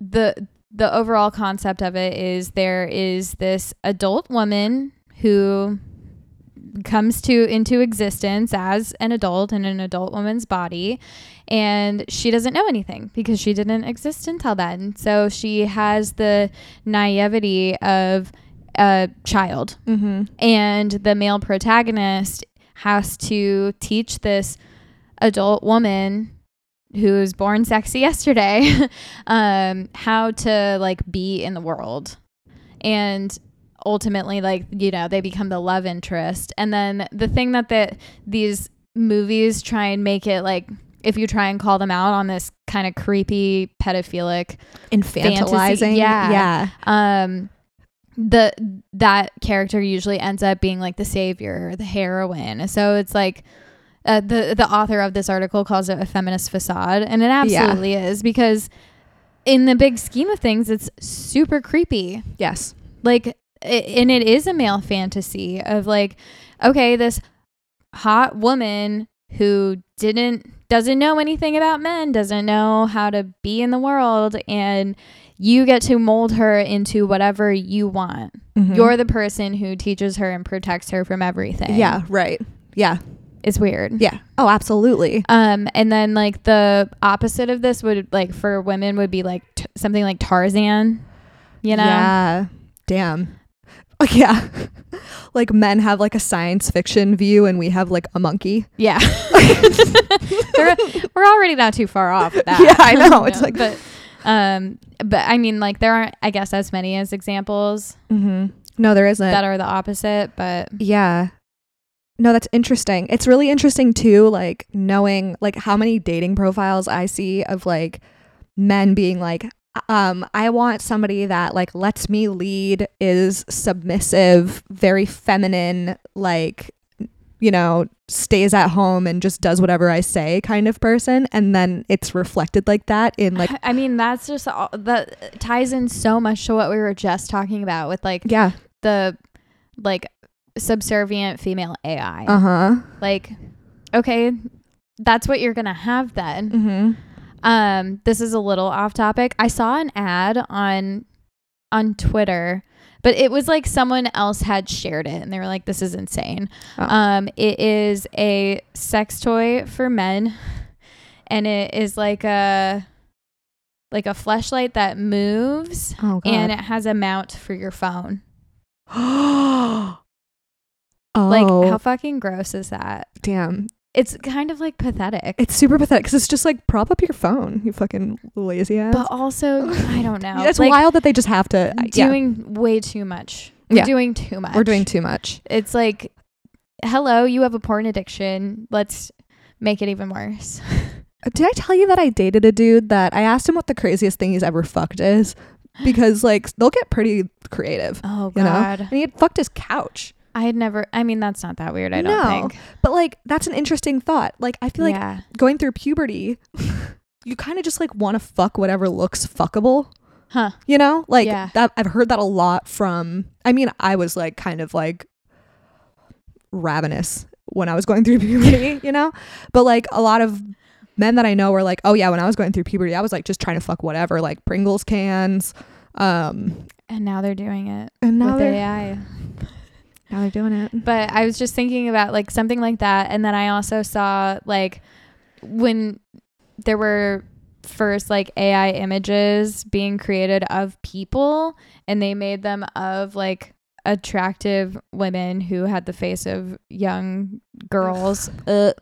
the the overall concept of it is there is this adult woman who comes to into existence as an adult in an adult woman's body and she doesn't know anything because she didn't exist until then so she has the naivety of a child Mm-hmm. and the male protagonist has to teach this adult woman who was born sexy yesterday *laughs* um, how to like be in the world and ultimately like you know they become the love interest and then the thing that that these movies try and make it like if you try and call them out on this kind of creepy pedophilic Infantilizing. Fantasy, yeah. Yeah. um the that character usually ends up being like the savior or the heroine so it's like uh, the the author of this article calls it a feminist facade and it absolutely is because in the big scheme of things it's super creepy Yes. like i- and it is a male fantasy of like okay this hot woman who didn't doesn't know anything about men doesn't know how to be in the world and you get to mold her into whatever you want Mhm. you're the person who teaches her and protects her from everything Yeah, right. Yeah. Mm-hmm. it's weird Yeah. Oh, absolutely. um, and then like the opposite of this would like for women would be like t- something like Tarzan, you know? Yeah. Damn. *laughs* Oh, yeah. *laughs* like men have like a science fiction view and we have like a monkey. Yeah. *laughs* *laughs* we're, we're already not too far off with that. Yeah, I *laughs* know. It's like- but um but I mean like there aren't I guess as many as examples Mm-hmm. No, there isn't. that are the opposite, but Yeah. No, that's interesting. It's really interesting too, like knowing like how many dating profiles I see of like men being like, um, I want somebody that like lets me lead, is submissive, very feminine, like you know, stays at home and just does whatever I say kind of person. And then it's reflected like that in like I mean that's just all, that ties in so much to what we were just talking about with like Yeah. the like subservient female AI. Uh-huh. Like okay, that's what you're going to have then. Mm-hmm. Um, this is a little off topic. I saw an ad on on Twitter, but it was like someone else had shared it and they were like, This is insane. Oh. Um, it is a sex toy for men and it is like a like a fleshlight that moves Oh god. *gasps* and it has a mount for your phone. oh, Like how fucking gross is that? damn. It's kind of like pathetic. It's super pathetic because it's just like prop up your phone, you fucking lazy ass. but also, *laughs* I don't know. It's Like, wild that they just have to. uh, yeah, doing way too much. We're Yeah. doing too much. we're doing too much. It's like, hello, you have a porn addiction. Let's make it even worse. *laughs* Uh, Did I tell you that I dated a dude that I asked him what the craziest thing he's ever fucked *sighs* is? Because like they'll get pretty creative, Oh you know. God, And he had fucked his couch. I had never. I mean, that's not that weird. I No. don't think. But like that's an interesting thought. Like I feel like yeah, going through puberty, you kind of just like want to fuck whatever looks fuckable. Huh. You know, like Yeah. that. I've heard that a lot from. I mean, I was like kind of like ravenous when I was going through *laughs* puberty. you know, but like a lot of men that I know were like, "Oh yeah, when I was going through puberty, I was like just trying to fuck whatever, like Pringles cans." Um, and now they're doing it and now with they're AI. now they're doing it. But I was just thinking about like something like that, and then I also saw like when there were first like AI images being created of people, and they made them of like attractive women who had the face of young girls, uh,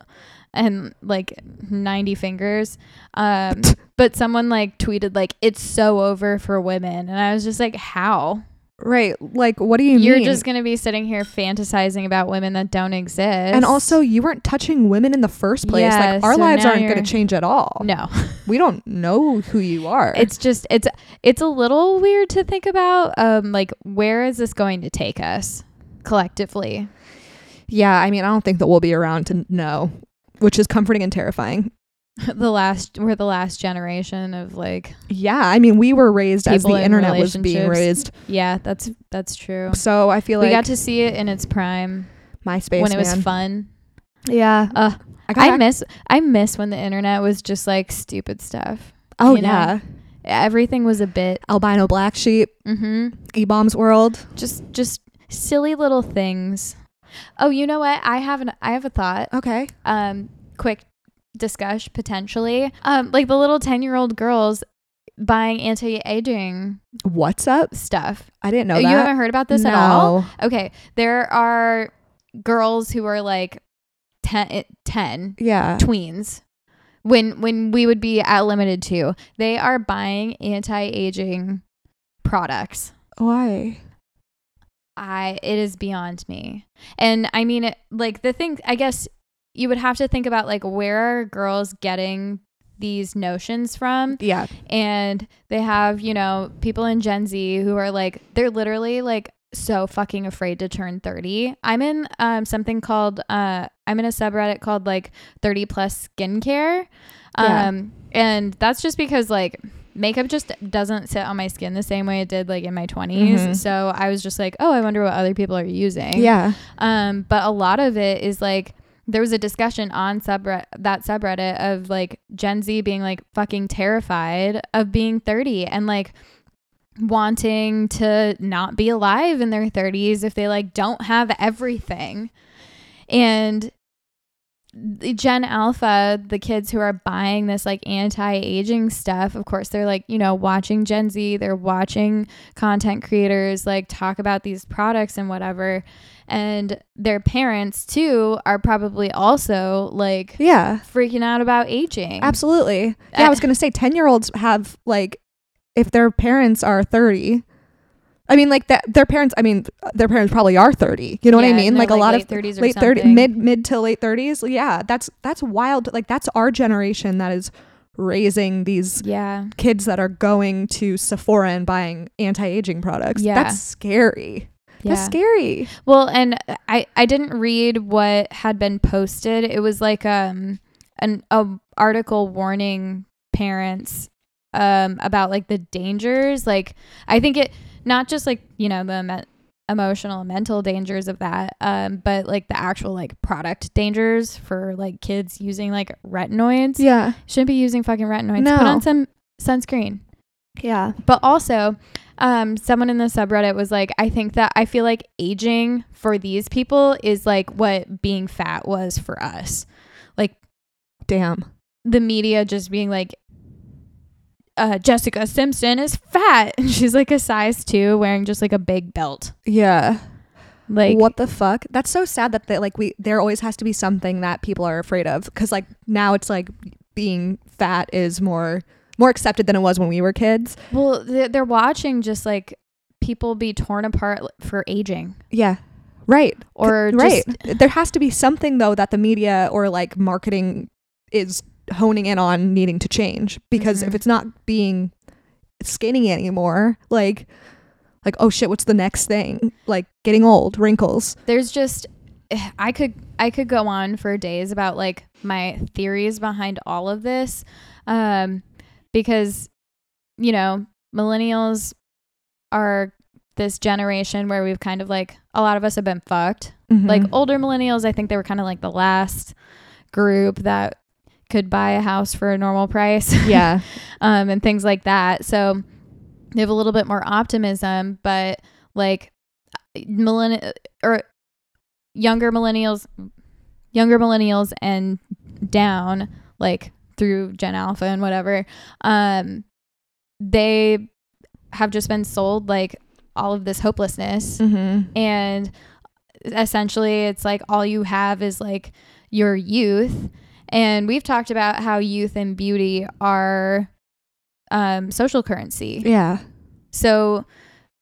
and like ninety fingers. Um, but someone like tweeted like it's so over for women, and I was just like, how? Right. Like, what do you You're mean? just going to be sitting here fantasizing about women that don't exist. and also, you weren't touching women in the first place. Yeah, like, our so lives now aren't going you're- to change at all. *laughs* no. We don't know who you are. It's just it's it's a little weird to think about um like where is this going to take us collectively? *laughs* yeah. I mean, I don't think that we'll be around to know, which is comforting and terrifying. the last we're the last generation of like Yeah. I mean, we were raised as People the in internet was being relationships. raised. yeah, that's that's true. So I feel like we got to see it in its prime MySpace when it was man. fun. Yeah. Ugh. I, got I back- miss I miss when the internet was just like stupid stuff. Oh, you know. yeah. Everything was a bit Albino Black Sheep, hmm E Bombs World. just just silly little things. Oh, you know what? I have an I have a thought. Okay. um quick discuss potentially um like the little 10 year old girls buying anti-aging What's up? stuff Oh, I didn't know you that. haven't heard about this at all okay there are girls who are like 10 10 Yeah. tweens when when we would be at limited two they are buying anti-aging products Why? I it is beyond me. And I mean it like the thing I guess you would have to think about like where are girls getting these notions from Yeah. and they have, you know, people in Gen Z who are like they're literally like so fucking afraid to turn 30. I'm in um something called uh I'm in a subreddit called like 30 plus skincare. Yeah. Um and that's just because like makeup just doesn't sit on my skin the same way it did like in my 20s. Mhm. So I was just like, "Oh, I wonder what other people are using." Yeah. Um, but a lot of it is like there was a discussion on subreddit that subreddit of like Gen Z being like fucking terrified of being 30 and like wanting to not be alive in their 30s if they like don't have everything. And the Gen Alpha, the kids who are buying this like anti-aging stuff, of course they're like, you know, watching Gen Z, they're watching content creators like talk about these products and whatever. And their parents too are probably also like Yeah. freaking out about aging. Absolutely. Yeah, I was gonna say ten year olds have like if their parents are thirty. I mean, like that their parents. I mean, their parents probably are thirty. You know what Yeah, I and mean? they're, Like, a like, lot late of 30s or late thirty, something. mid mid to late thirties. Yeah, that's that's wild. Like that's our generation that is raising these Yeah. kids that are going to Sephora and buying anti aging products. Yeah. that's scary. That's yeah. scary. Well, and I I didn't read what had been posted. It was like um an a article warning parents um about like the dangers. Like I think it not just like you know the me- emotional and mental dangers of that, um, but like the actual like product dangers for like kids using like retinoids. Yeah, Shouldn't be using fucking retinoids. No. Put on some sunscreen. yeah. But also, um, someone in the subreddit was like, I think that I feel like aging for these people is like what being fat was for us. Damn. The media just being like, uh, Jessica Simpson is fat. *laughs* And she's like a size two, wearing just like a big belt. Yeah. Like, what the fuck that's so sad that they, like we there always has to be something that people are afraid of because like now it's like being fat is more more accepted than it was when we were kids well, they're, they're watching just like people be torn apart for aging yeah right or just, right there has to be something though that the media or like marketing is honing in on needing to change because Mhm. if it's not being skinny anymore like like oh shit what's the next thing like getting old wrinkles there's just I could I could go on for days about like my theories behind all of this um because you know millennials are this generation where we've kind of like a lot of us have been fucked Mm-hmm. *laughs* like older millennials I think they were kind of like the last group that could buy a house for a normal price yeah um, and things like that. So they have a little bit more optimism, but like millennial or younger millennials, younger millennials and down, like through Gen Alpha and whatever, um, they have just been sold like all of this hopelessness mm-hmm. and essentially it's like all you have is like your youth and we've talked about how youth and beauty are um, social currency yeah so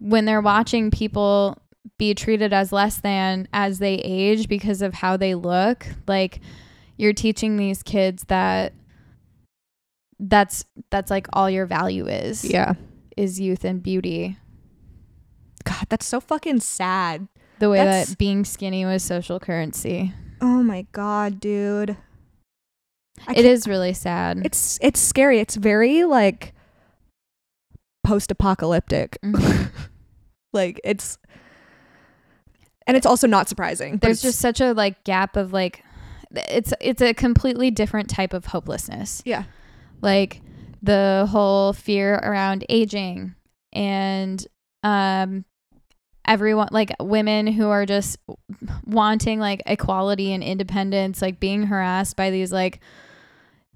when they're watching people be treated as less than as they age because of how they look, like you're teaching these kids that that's that's like all your value is Yeah. is youth and beauty. God, that's so fucking sad. The way That's- that being skinny was social currency. Oh my god, dude. I it can't- is really sad. It's it's scary. It's very like post-apocalyptic. Mhm. *laughs* Like it's and it's also not surprising. but There's it's- just such a like gap of like it's it's a completely different type of hopelessness. yeah. Like the whole fear around aging and um everyone like women who are just wanting like equality and independence like being harassed by these like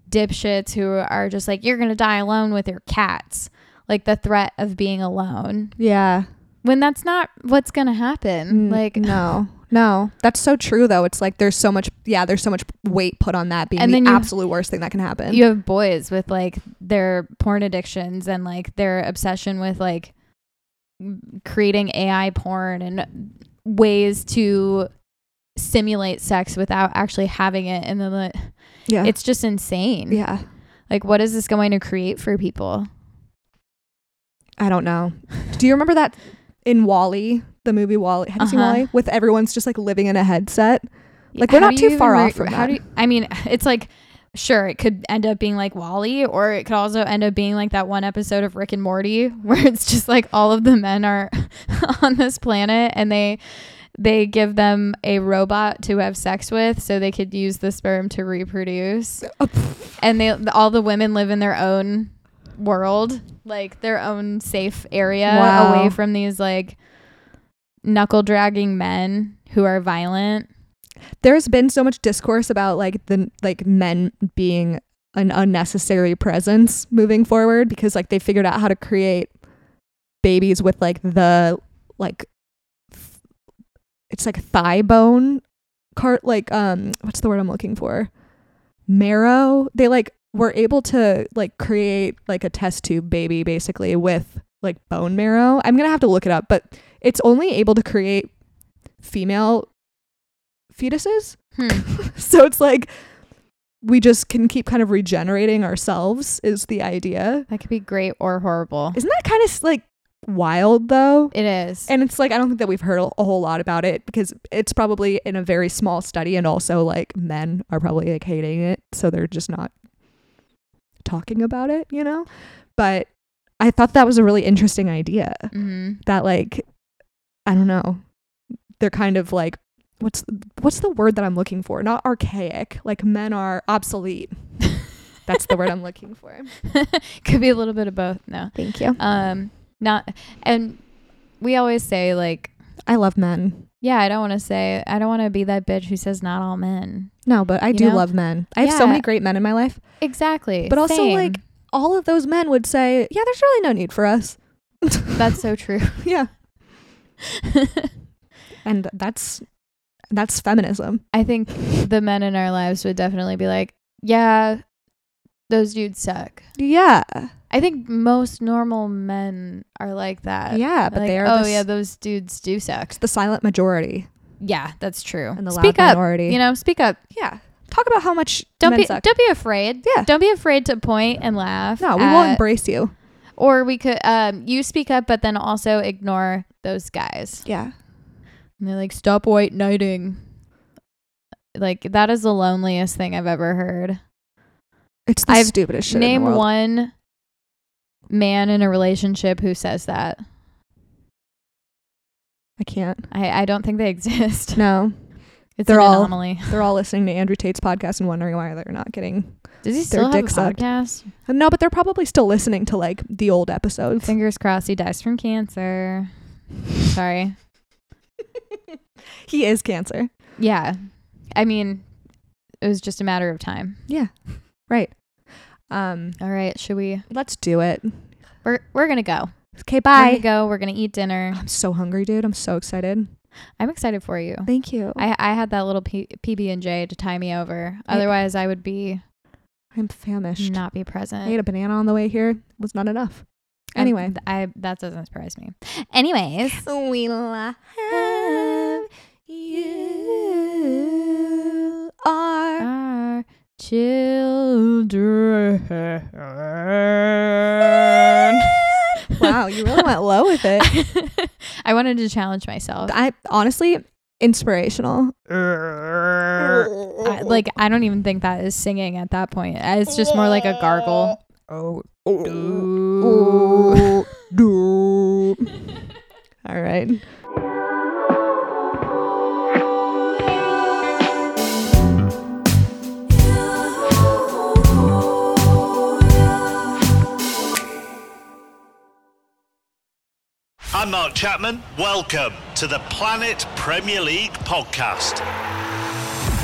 dipshits who are just like you're going to die alone with your cats. Like the threat of being alone Yeah. when that's not what's going to happen. Mm, like no. No. That's so true though. It's like there's so much yeah, there's so much weight put on that being And the then you- absolute worst thing that can happen. you have boys with like their porn addictions and like their obsession with like creating AI porn and ways to simulate sex without actually having it and then the, yeah. it's just insane. yeah. Like what is this going to create for people? I don't know. Do you remember that in Wally, the movie Wally? Have you seen Uh-huh. Wally? With everyone's just like living in a headset. Like, we're not do too you even far re- off from how that. do you, I mean *laughs* it's like sure it could end up being like Wally or it could also end up being like that one episode of Rick and Morty *laughs* where it's just like all of the men are *laughs* on this planet and they they give them a robot to have sex with so they could use the sperm to reproduce and they all the women live in their own world like their own safe area Wow. away from these like knuckle dragging men who are violent There's been so much discourse about like the like men being an unnecessary presence moving forward because like they figured out how to create babies with like the like th- it's like thigh bone cart like um what's the word I'm looking for marrow they like were able to like create like a test tube baby basically with like bone marrow I'm going to have to look it up but it's only able to create female fetuses hmm. *laughs* so it's like we just can keep kind of regenerating ourselves is the idea That could be great or horrible. isn't that kind of like wild though It is. and it's like i don't think that we've heard a a whole lot about it because it's probably in a very small study and also like men are probably like hating it so they're just not talking about it you know but i thought that was a really interesting idea Mhm. that like I don't know. They're kind of like what's what's the word that I'm looking for? Not archaic. Like men are obsolete. That's the word I'm looking for. *laughs* could be a little bit of both. No. *laughs* Thank you. Um not and we always say like I love men. yeah, I don't want to say I don't want to be that bitch who says not all men. No, but I You do know? love men. I have so Yeah. many great men in my life. Exactly. But also, Same. like- All of those men would say, "Yeah, there's really no need for us." *laughs* that's so true. *laughs* yeah, and that's that's feminism. I think the men in our lives would definitely be like, yeah, those dudes suck. Yeah, I think most normal men are like that. yeah, but Like, they are oh the, s- yeah, those dudes do suck. the silent majority Yeah, that's true. and the speak loud up. minority. You know, speak up. yeah, talk about how much Don't men be suck. don't be afraid. Yeah. Don't be afraid to point and laugh. No, we at- will embrace you. Or we could um you speak up but then also ignore those guys. Yeah. And they're like, Stop white knighting. Like that is the loneliest thing I've ever heard. It's the I've stupidest shit. Name in the world. one man in a relationship who says that. I can't. I, I don't think they *laughs* exist. No. It's They're an all- anomaly. They're all listening to Andrew Tate's podcast and wondering why they're not getting. Does he still have a dick sucked. podcast? No, but they're probably still listening to like the old episodes. Fingers crossed he dies from cancer. Sorry. he is cancer. Yeah. I mean, it was just a matter of time. Right. Um, All right, should we let's do it. we're we're going to go. Okay, We're going bye. to go. We're going to eat dinner. I'm so hungry, dude. I'm so excited. I'm excited for you. Thank you. I, I I had that little P- PB&J to tie me over. I- Otherwise, I would be am famished. not be I ate present. a banana on the way here. It was not enough. Anyway. Um, I that doesn't surprise me. Anyways, We love you are our children. *laughs* Wow, you really *laughs* went low with it. I wanted to challenge myself. I honestly inspirational. I- like I don't even think that is singing at that point. It's just more like a gargle. Oh. All right. I'm Mark Chapman. Welcome to the Planet Premier League podcast.